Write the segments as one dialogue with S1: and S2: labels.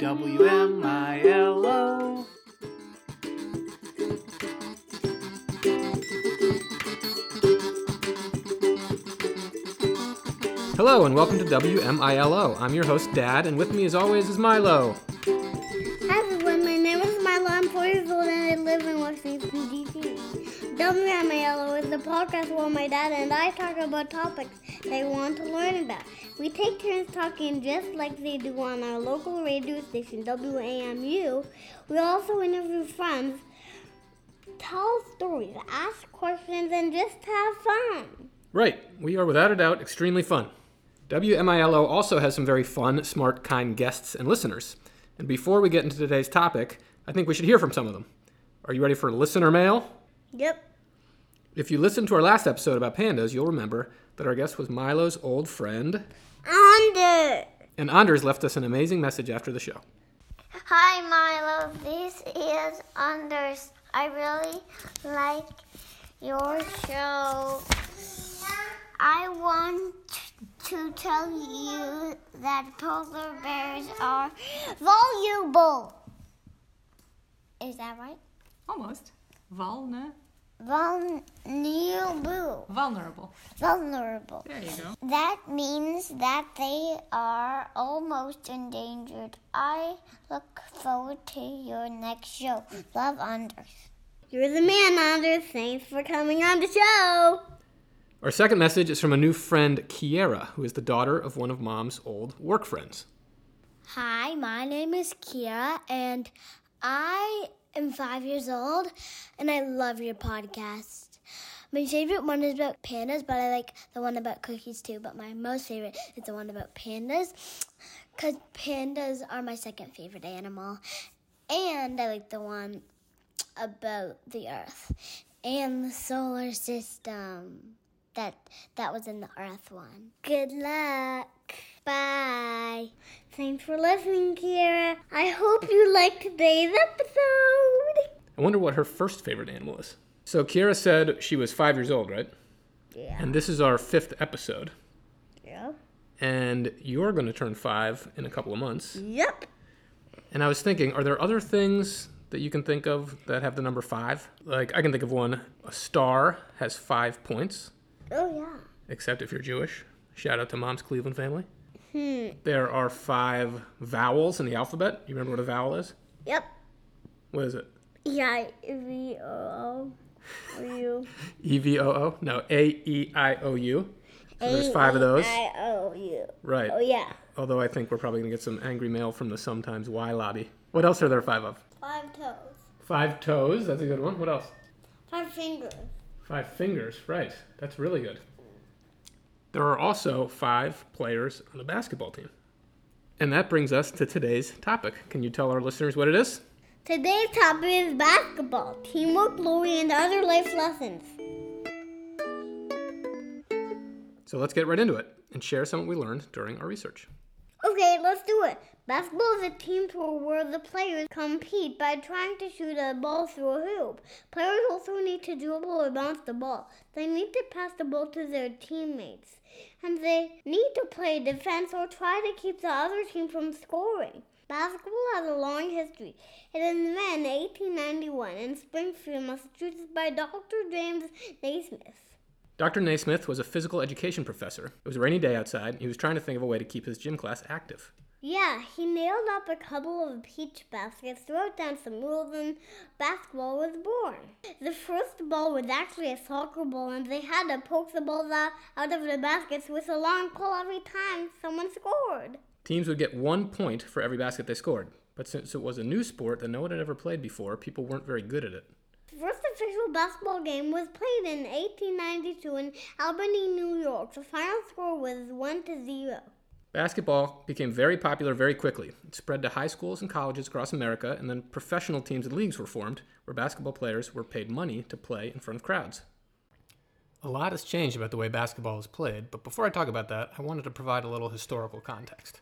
S1: W M I L O.
S2: Hello and welcome to WMILO. I'm your host, Dad, and with me as always is Milo.
S3: Hi everyone, my name is Milo. I'm four years old and I live in Washington, D.C. WMALO is the podcast where my dad and I talk about topics they want to learn about. We take turns talking just like they do on our local radio station, WAMU. We also interview friends, tell stories, ask questions, and just have fun.
S2: Right, we are without a doubt extremely fun. WMILO also has some very fun, smart, kind guests and listeners. And before we get into today's topic, I think we should hear from some of them. Are you ready for listener mail?
S3: Yep.
S2: If you listened to our last episode about pandas, you'll remember that our guest was Milo's old friend,
S3: Under.
S2: and Anders left us an amazing message after the show.
S4: Hi, Milo. This is Anders. I really like your show. I want to tell you that polar bears are voluble. Is that right?
S5: Almost. Vulner-
S4: Vulnerable.
S5: vulnerable.
S4: Vulnerable.
S5: There you go.
S4: That means that they are almost endangered. I look forward to your next show. Love, Anders.
S3: You're the man, Under. Thanks for coming on the show.
S2: Our second message is from a new friend, Kiera, who is the daughter of one of Mom's old work friends.
S6: Hi, my name is Kira, and I am five years old, and I love your podcast. My favorite one is about pandas, but I like the one about cookies too. But my most favorite is the one about pandas, because pandas are my second favorite animal. And I like the one about the earth and the solar system. That that was in the earth one. Good luck. Bye.
S3: Thanks for listening, Kiera. I hope you liked today's episode.
S2: I wonder what her first favorite animal is. So Kiera said she was five years old, right?
S3: Yeah.
S2: And this is our fifth episode.
S3: Yeah.
S2: And you're going to turn five in a couple of months.
S3: Yep.
S2: And I was thinking, are there other things that you can think of that have the number five? Like, I can think of one a star has five points,
S3: Oh yeah.
S2: except if you're Jewish. Shout out to mom's Cleveland family.
S3: Hmm.
S2: There are five vowels in the alphabet. You remember what a vowel is?
S3: Yep.
S2: What is it?
S3: E I V O O U
S2: E V O O? No, A E I O U. So there's five of those.
S3: E I O U.
S2: Right.
S3: Oh yeah.
S2: Although I think we're probably going to get some angry mail from the sometimes Y lobby. What else are there five of?
S3: Five toes.
S2: Five toes. That's a good one. What else?
S3: Five fingers.
S2: Five fingers. Right. That's really good. There are also five players on a basketball team. And that brings us to today's topic. Can you tell our listeners what it is?
S3: Today's topic is basketball, teamwork, glory, and other life lessons.
S2: So let's get right into it and share some we learned during our research.
S3: Okay, let's do it. Basketball is a team sport where the players compete by trying to shoot a ball through a hoop. Players also need to dribble or bounce the ball. They need to pass the ball to their teammates. And they need to play defense or try to keep the other team from scoring. Basketball has a long history. It is invented in 1891 in Springfield, Massachusetts by Dr. James Naismith.
S2: Dr. Naismith was a physical education professor. It was a rainy day outside, and he was trying to think of a way to keep his gym class active.
S3: Yeah, he nailed up a couple of peach baskets, wrote down some rules, and basketball was born. The first ball was actually a soccer ball, and they had to poke the balls out, out of the baskets with a long pole every time someone scored.
S2: Teams would get one point for every basket they scored, but since it was a new sport that no one had ever played before, people weren't very good at it.
S3: The first official basketball game was played in 1892 in Albany, New York. The final score was 1 to 0.
S2: Basketball became very popular very quickly. It spread to high schools and colleges across America, and then professional teams and leagues were formed where basketball players were paid money to play in front of crowds. A lot has changed about the way basketball is played, but before I talk about that, I wanted to provide a little historical context.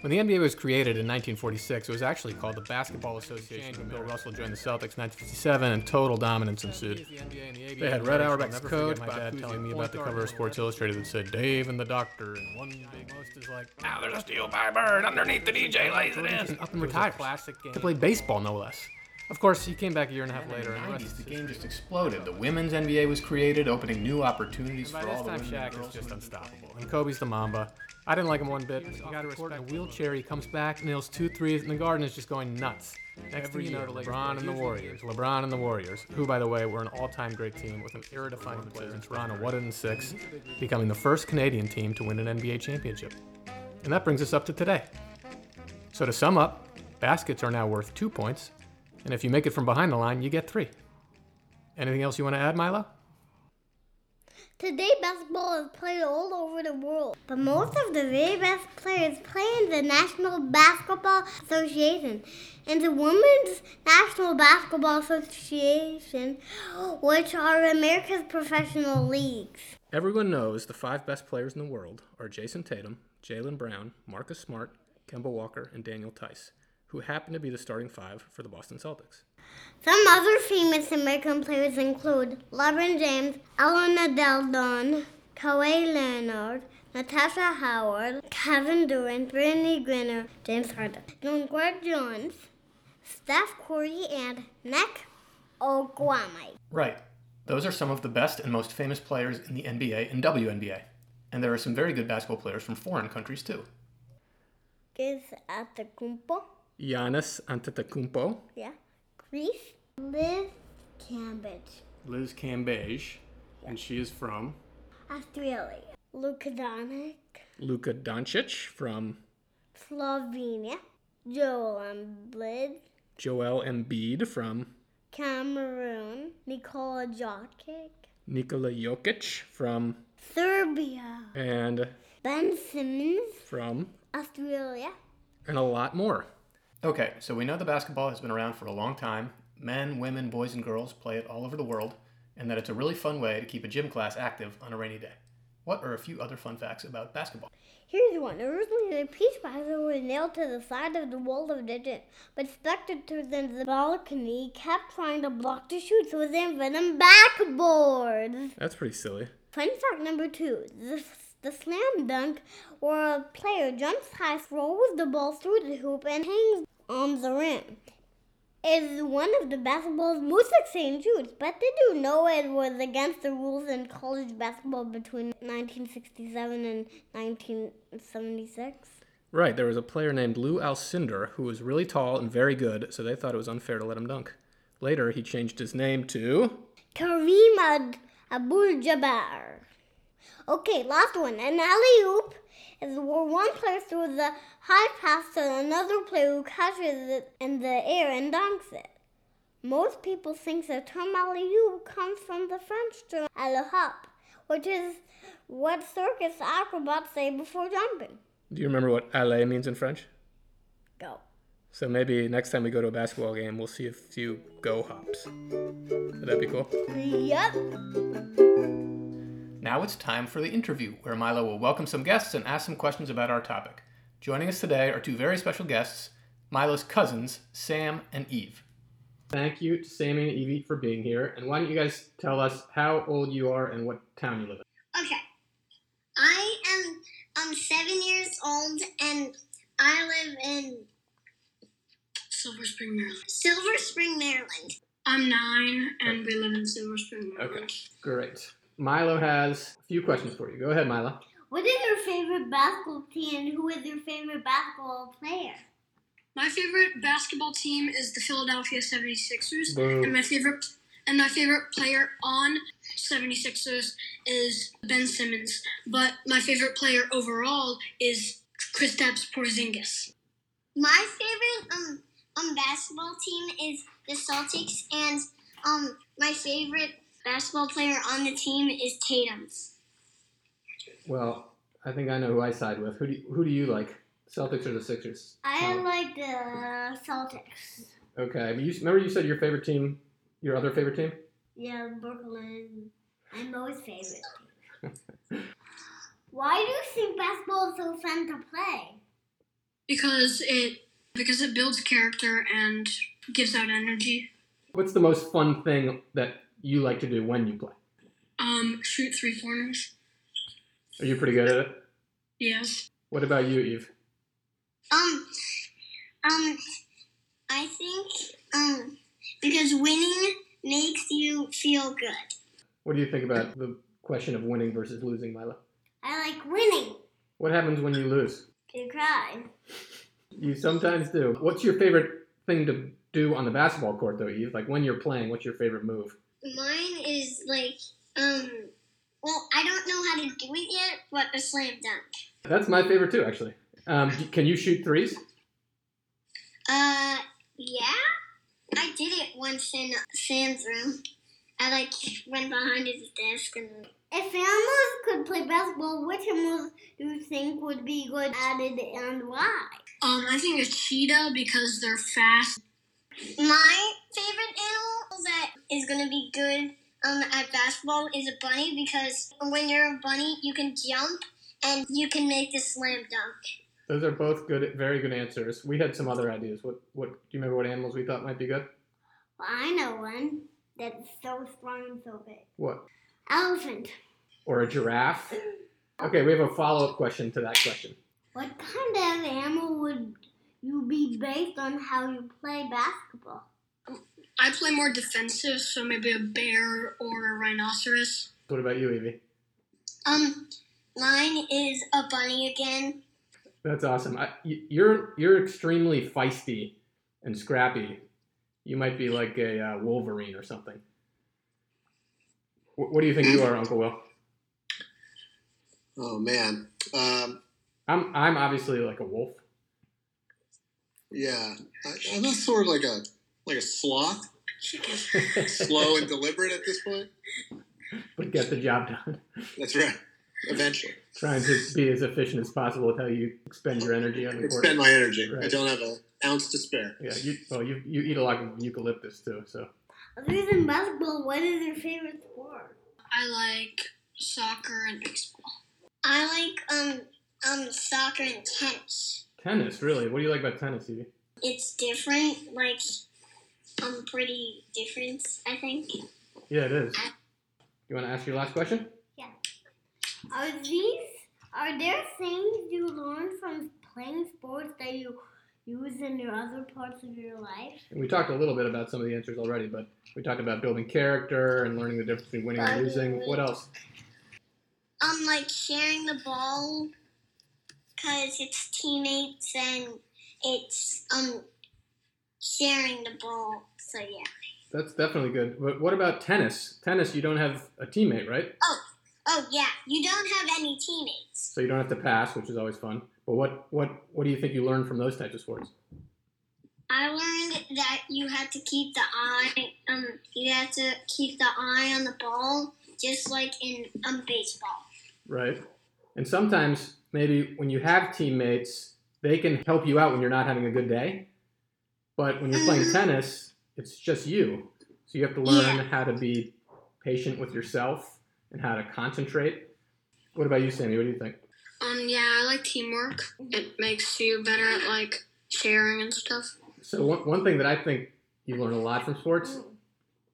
S2: When the NBA was created in 1946, it was actually called the Basketball Association. When Bill Russell joined the Celtics in 1957, and total dominance ensued. They had Red Auerbach's coach, my dad telling me about the cover of Sports Illustrated that said Dave and the Doctor, and one big most is like, now there's a steel by bird underneath the DJ lays it in. Up and retired. Classic game. To play baseball, no less. Of course, he came back a year and a half later, and the rest is
S1: The game just exploded. The women's NBA was created, opening new opportunities
S2: By
S1: for
S2: this
S1: all the
S2: time,
S1: women. and
S2: Shaq
S1: girls
S2: is just
S1: who-
S2: unstoppable. And Kobe's the Mamba. I didn't like him one bit. You gotta respect in a wheelchair. He comes back, nails two threes, and the garden is just going nuts. Next Every thing you know, the LeBron and the Warriors. LeBron and the Warriors, who, by the way, were an all-time great team with an era-defining player in Toronto, one in six, becoming the first Canadian team to win an NBA championship. And that brings us up to today. So to sum up, baskets are now worth two points, and if you make it from behind the line, you get three. Anything else you want to add, Milo?
S3: Today, basketball is played all over the world, but most of the very best players play in the National Basketball Association. And the Women's National Basketball Association, which are America's professional leagues.
S2: Everyone knows the five best players in the world are Jason Tatum, Jalen Brown, Marcus Smart, Kemba Walker, and Daniel Tice, who happen to be the starting five for the Boston Celtics.
S3: Some other famous American players include LeBron James, Elena Del Don, Kawhi Leonard, Natasha Howard, Kevin Durant, Brittany Griner, James Harden, Longard Jones, Steph Curry, and Nick Oguamai.
S2: Right. Those are some of the best and most famous players in the NBA and WNBA. And there are some very good basketball players from foreign countries, too.
S3: Is at the Kumpo,
S2: Giannis Antetokounmpo,
S3: yeah, Greece, Liz Cambridge,
S2: Liz Cambage, and she is from
S3: Australia, Luka Doncic,
S2: Luka Doncic from
S3: Slovenia, Joel Embiid,
S2: Joel Embiid from
S3: Cameroon, Nikola Jokic,
S2: Nikola Jokic from
S3: Serbia,
S2: and
S3: Ben Simmons,
S2: from
S3: Australia,
S2: and a lot more.
S1: Okay, so we know the basketball has been around for a long time. Men, women, boys, and girls play it all over the world, and that it's a really fun way to keep a gym class active on a rainy day. What are a few other fun facts about basketball?
S3: Here's one. Originally, the peach basket was nailed to the side of the wall of the gym, but spectators in the balcony kept trying to block the shoots with venom backboards.
S2: That's pretty silly.
S3: Fun fact number two. The, the slam dunk, where a player jumps high, throws the ball through the hoop, and hangs on the rim, is one of the basketball's most exciting shoots. But did you know it was against the rules in college basketball between 1967 and 1976?
S2: Right, there was a player named Lou Alcindor who was really tall and very good, so they thought it was unfair to let him dunk. Later, he changed his name to.
S3: Kareem Ad- Abdul-Jabbar. Okay, last one. An alley-oop is where one player throws the high pass to another player who catches it in the air and dunks it. Most people think the term alley-oop comes from the French term alley-hop, which is what circus acrobats say before jumping.
S2: Do you remember what LA means in French?
S3: Go.
S2: So maybe next time we go to a basketball game, we'll see a few go hops. Would that be cool?
S3: Yep.
S1: Now it's time for the interview, where Milo will welcome some guests and ask some questions about our topic. Joining us today are two very special guests Milo's cousins, Sam and Eve.
S2: Thank you to Sammy and Evie for being here. And why don't you guys tell us how old you are and what town you live in?
S4: Okay. I am um seven years old and I live in
S7: Silver Spring, Maryland.
S4: Silver Spring, Maryland.
S7: I'm nine, and we live in Silver Spring, Maryland.
S2: Great. Milo has a few questions for you. Go ahead, Milo.
S3: What is your favorite basketball team and who is your favorite basketball player?
S7: My favorite basketball team is the Philadelphia 76ers,
S2: Boo.
S7: and my favorite and my favorite player on 76ers is Ben Simmons. But my favorite player overall is Kristaps Porzingis.
S4: My favorite um um basketball team is the Celtics and um my favorite basketball player on the team is Tatum.
S2: Well, I think I know who I side with. Who do you, who do you like? Celtics or the Sixers?
S3: I
S2: Milo.
S3: like the Celtics.
S2: Okay. but You, remember you said your favorite team, your other favorite team?
S3: Yeah, Brooklyn. I'm always favorite. Why do you think basketball is so fun to play?
S7: because it because it builds character and gives out energy.
S2: What's the most fun thing that you like to do when you play?
S7: Um, shoot three corners.
S2: Are you pretty good at it?
S7: Yes.
S2: What about you, Eve?
S3: Um, um, I think um because winning makes you feel good.
S2: What do you think about the question of winning versus losing, Milo?
S8: I like winning.
S2: What happens when you lose?
S8: You cry.
S2: You sometimes do. What's your favorite thing to do on the basketball court, though, Eve? Like when you're playing, what's your favorite move?
S3: Mine is like um, well, I don't know how to do it yet, but a slam dunk.
S2: That's my favorite too, actually. Um, d- can you shoot threes?
S3: Uh, yeah. I did it once in Sam's room. I like went behind his desk and
S8: If animals could play basketball, which animals do you think would be good at it and why?
S7: Um, I think a cheetah because they're fast.
S3: my favorite animal that is gonna be good um at basketball is a bunny because when you're a bunny you can jump and you can make the slam dunk.
S2: Those are both good, very good answers. We had some other ideas. What, what do you remember? What animals we thought might be good?
S8: Well, I know one that's so strong and so big.
S2: What?
S8: Elephant.
S2: Or a giraffe? Okay, we have a follow-up question to that question.
S8: What kind of animal would you be based on how you play basketball?
S7: I play more defensive, so maybe a bear or a rhinoceros.
S2: What about you, Evie?
S3: Um mine is a bunny again.
S2: That's awesome. I, y- you're you're extremely feisty and scrappy. You might be like a uh, Wolverine or something. Wh- what do you think you are, Uncle Will?
S9: Oh man. Um,
S2: I'm I'm obviously like a wolf.
S9: yeah, I, I'm not sort of like a like a sloth, slow and deliberate at this point.
S2: but get the job done.
S9: That's right. Eventually,
S2: Trying to be as efficient as possible with how you expend your energy on the court.
S9: expend my energy. I
S2: Right.
S9: don't have an ounce to spare.
S2: yeah, you, well, you, you eat a lot of eucalyptus too, so
S8: Other than basketball, what is your favorite sport?
S7: I like soccer and baseball.
S3: I like um um soccer and tennis.
S2: tennis really. What do you like about tennis, Evie?
S3: It's different, like um pretty different, I think.
S2: Yeah, it is. You want to ask your last question?
S8: Are these are there things you learn from playing sports that you use in your other parts of your life?
S2: And we talked a little bit about some of the answers already, but we talked about building character and learning the difference between winning and losing. What else?
S3: um like sharing the ball because it's teammates and it's um sharing the ball so yeah
S2: That's definitely good. But what about tennis? Tennis, you don't have a teammate, right?
S3: oh yeah you don't have any teammates
S2: So you don't have to pass, which is always fun. But what what what do you think you learned from those types of sports?
S3: i learned that you have to keep the eye um you have to keep the eye on the ball just like in um baseball
S2: Right. And sometimes maybe when you have teammates, they can help you out when you're not having a good day. But when you're playing
S3: Mhm.
S2: tennis, it's just you. So you have to learn
S3: Yeah.
S2: how to be patient with yourself and how to concentrate. What about you, Sammy? What do you think?
S7: Um, yeah, I like teamwork. It makes you better at like sharing and stuff.
S2: So one, one thing that I think you learn a lot from sports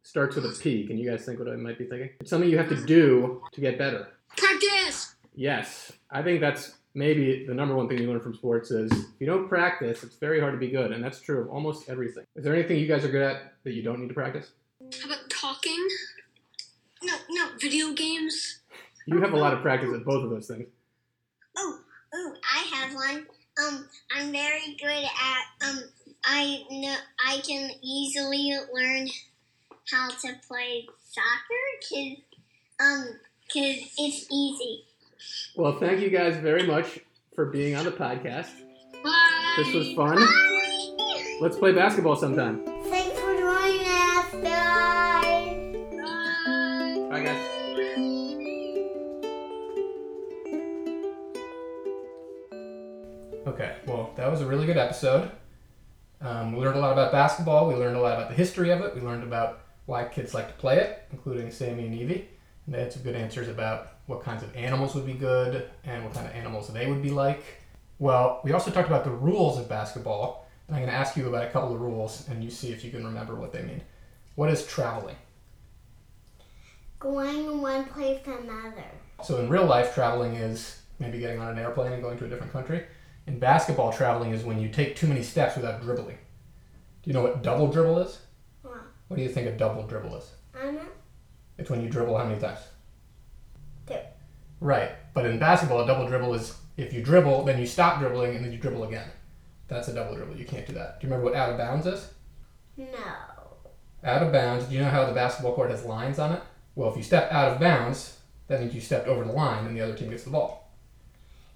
S2: starts with a P. Can you guys think what I might be thinking? It's something you have to do to get better.
S7: Practice.
S2: Yes, I think that's maybe the number one thing you learn from sports is if you don't practice, it's very hard to be good, and that's true of almost everything. Is there anything you guys are good at that you don't need to practice?
S7: How about talking? No, no, video games.
S2: You have a lot of practice at both of those things.
S3: oh oh i have one um i'm very good at um i know i can easily learn how to play soccer because um 'cause it's easy
S2: Well, thank you guys very much for being on the podcast.
S7: Bye.
S2: This was fun. Let's play basketball sometime.
S8: Thanks for joining us, guys.
S2: Bye, guys. Okay, well, that was a really good episode. Um, we learned a lot about basketball. We learned a lot about the history of it. We learned about why kids like to play it, including Sammy and Evie. And they had some good answers about what kinds of animals would be good and what kind of animals they would be like. Well, we also talked about the rules of basketball, and I'm going to ask you about a couple of rules, and you see if you can remember what they mean. What is traveling?
S10: Going from one place to another.
S2: So in real life, traveling is maybe getting on an airplane and going to a different country. In basketball, traveling is when you take too many steps without dribbling. Do you know what double dribble is?
S10: What?
S2: What do you think a double dribble is?
S10: I'm not
S2: It's when you dribble how many times?
S10: two.
S2: Right. But in basketball, a double dribble is if you dribble, then you stop dribbling, and then you dribble again. That's a double dribble. You can't do that. Do you remember what out of bounds is?
S10: No.
S2: Out of bounds. Do you know how the basketball court has lines on it? Well, if you step out of bounds, that means you stepped over the line, and the other team gets the ball.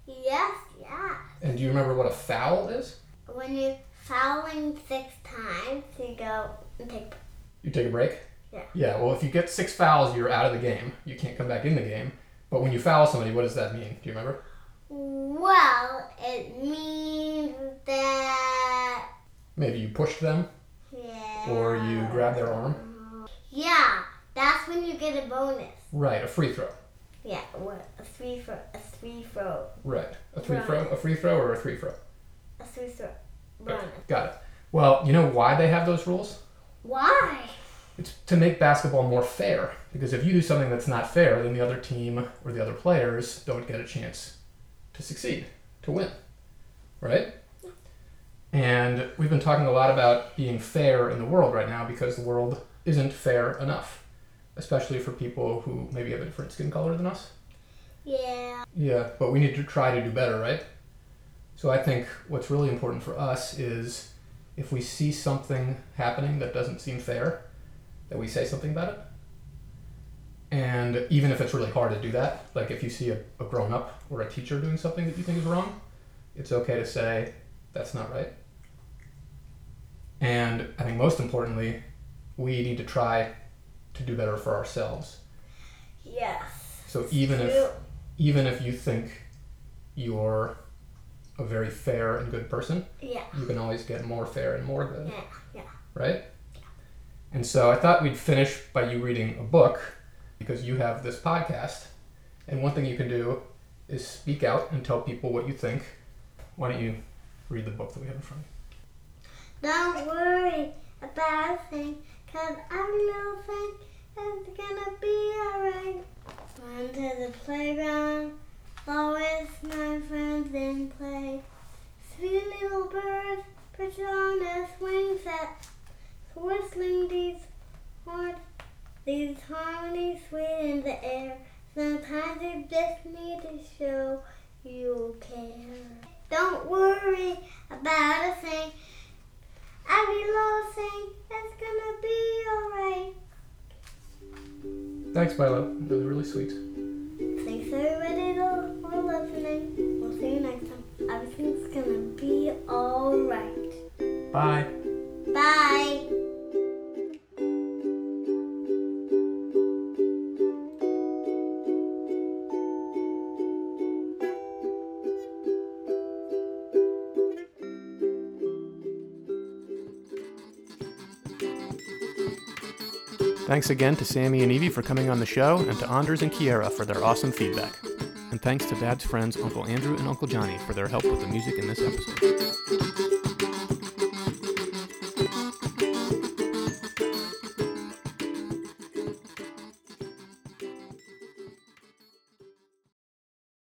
S10: Yes, yeah.
S2: And do you remember what a foul is?
S10: When you're fouling six times, you go and take.
S2: You take a break?
S10: Yeah.
S2: Yeah, well, if you get six fouls, you're out of the game. You can't come back in the game. But when you foul somebody, what does that mean? Do you remember?
S10: Well, it means that.
S2: Maybe you pushed them,
S10: Yeah.
S2: or you grabbed their arm.
S10: Yeah, that's when you get a bonus.
S2: Right, a free throw.
S10: Yeah, what a three throw, a three throw,
S2: Right. A three
S10: Right.
S2: throw, a free throw, or a three throw.
S10: a three throw bonus.
S2: Got it. Well, you know why they have those rules?
S10: Why?
S2: It's to make basketball more fair. Because if you do something that's not fair, then the other team or the other players don't get a chance to succeed, to win. Right? And we've been talking a lot about being fair in the world right now because the world isn't fair enough, especially for people who maybe have a different skin color than us.
S10: Yeah.
S2: Yeah, but we need to try to do better, right? So I think what's really important for us is if we see something happening that doesn't seem fair, that we say something about it. And even if it's really hard to do that, like if you see a, a grown up or a teacher doing something that you think is wrong, it's okay to say, that's not right. And I think most importantly, we need to try to do better for ourselves.
S10: Yes.
S2: So even if
S10: True.
S2: even if you think you're a very fair and good person,
S10: Yeah.
S2: you can always get more fair and more good,
S10: Yeah. Yeah.
S2: right? And so I thought we'd finish by you reading a book because you have this podcast. And one thing you can do is speak out and tell people what you think. Why don't you read the book that we have in front of you?
S10: Don't worry about a thing, cause every little thing is gonna be alright. Run to the playground, always my friends and play. Sweet little birds, put you on a swing set. Whistling these horns, these harmonies sweet in the air. Sometimes you just need to show you care. Don't worry about a thing. Every little thing is gonna be alright.
S2: Thanks, Milo. That was really sweet.
S10: Thanks everybody to- for listening. We'll see you next time. Everything's gonna be alright.
S2: Bye.
S10: Bye.
S1: Thanks again to Sammy and Evie for coming on the show, and to Anders and Kiera for their awesome feedback. And thanks to Dad's friends Uncle Andrew and Uncle Johnny for their help with the music in this episode.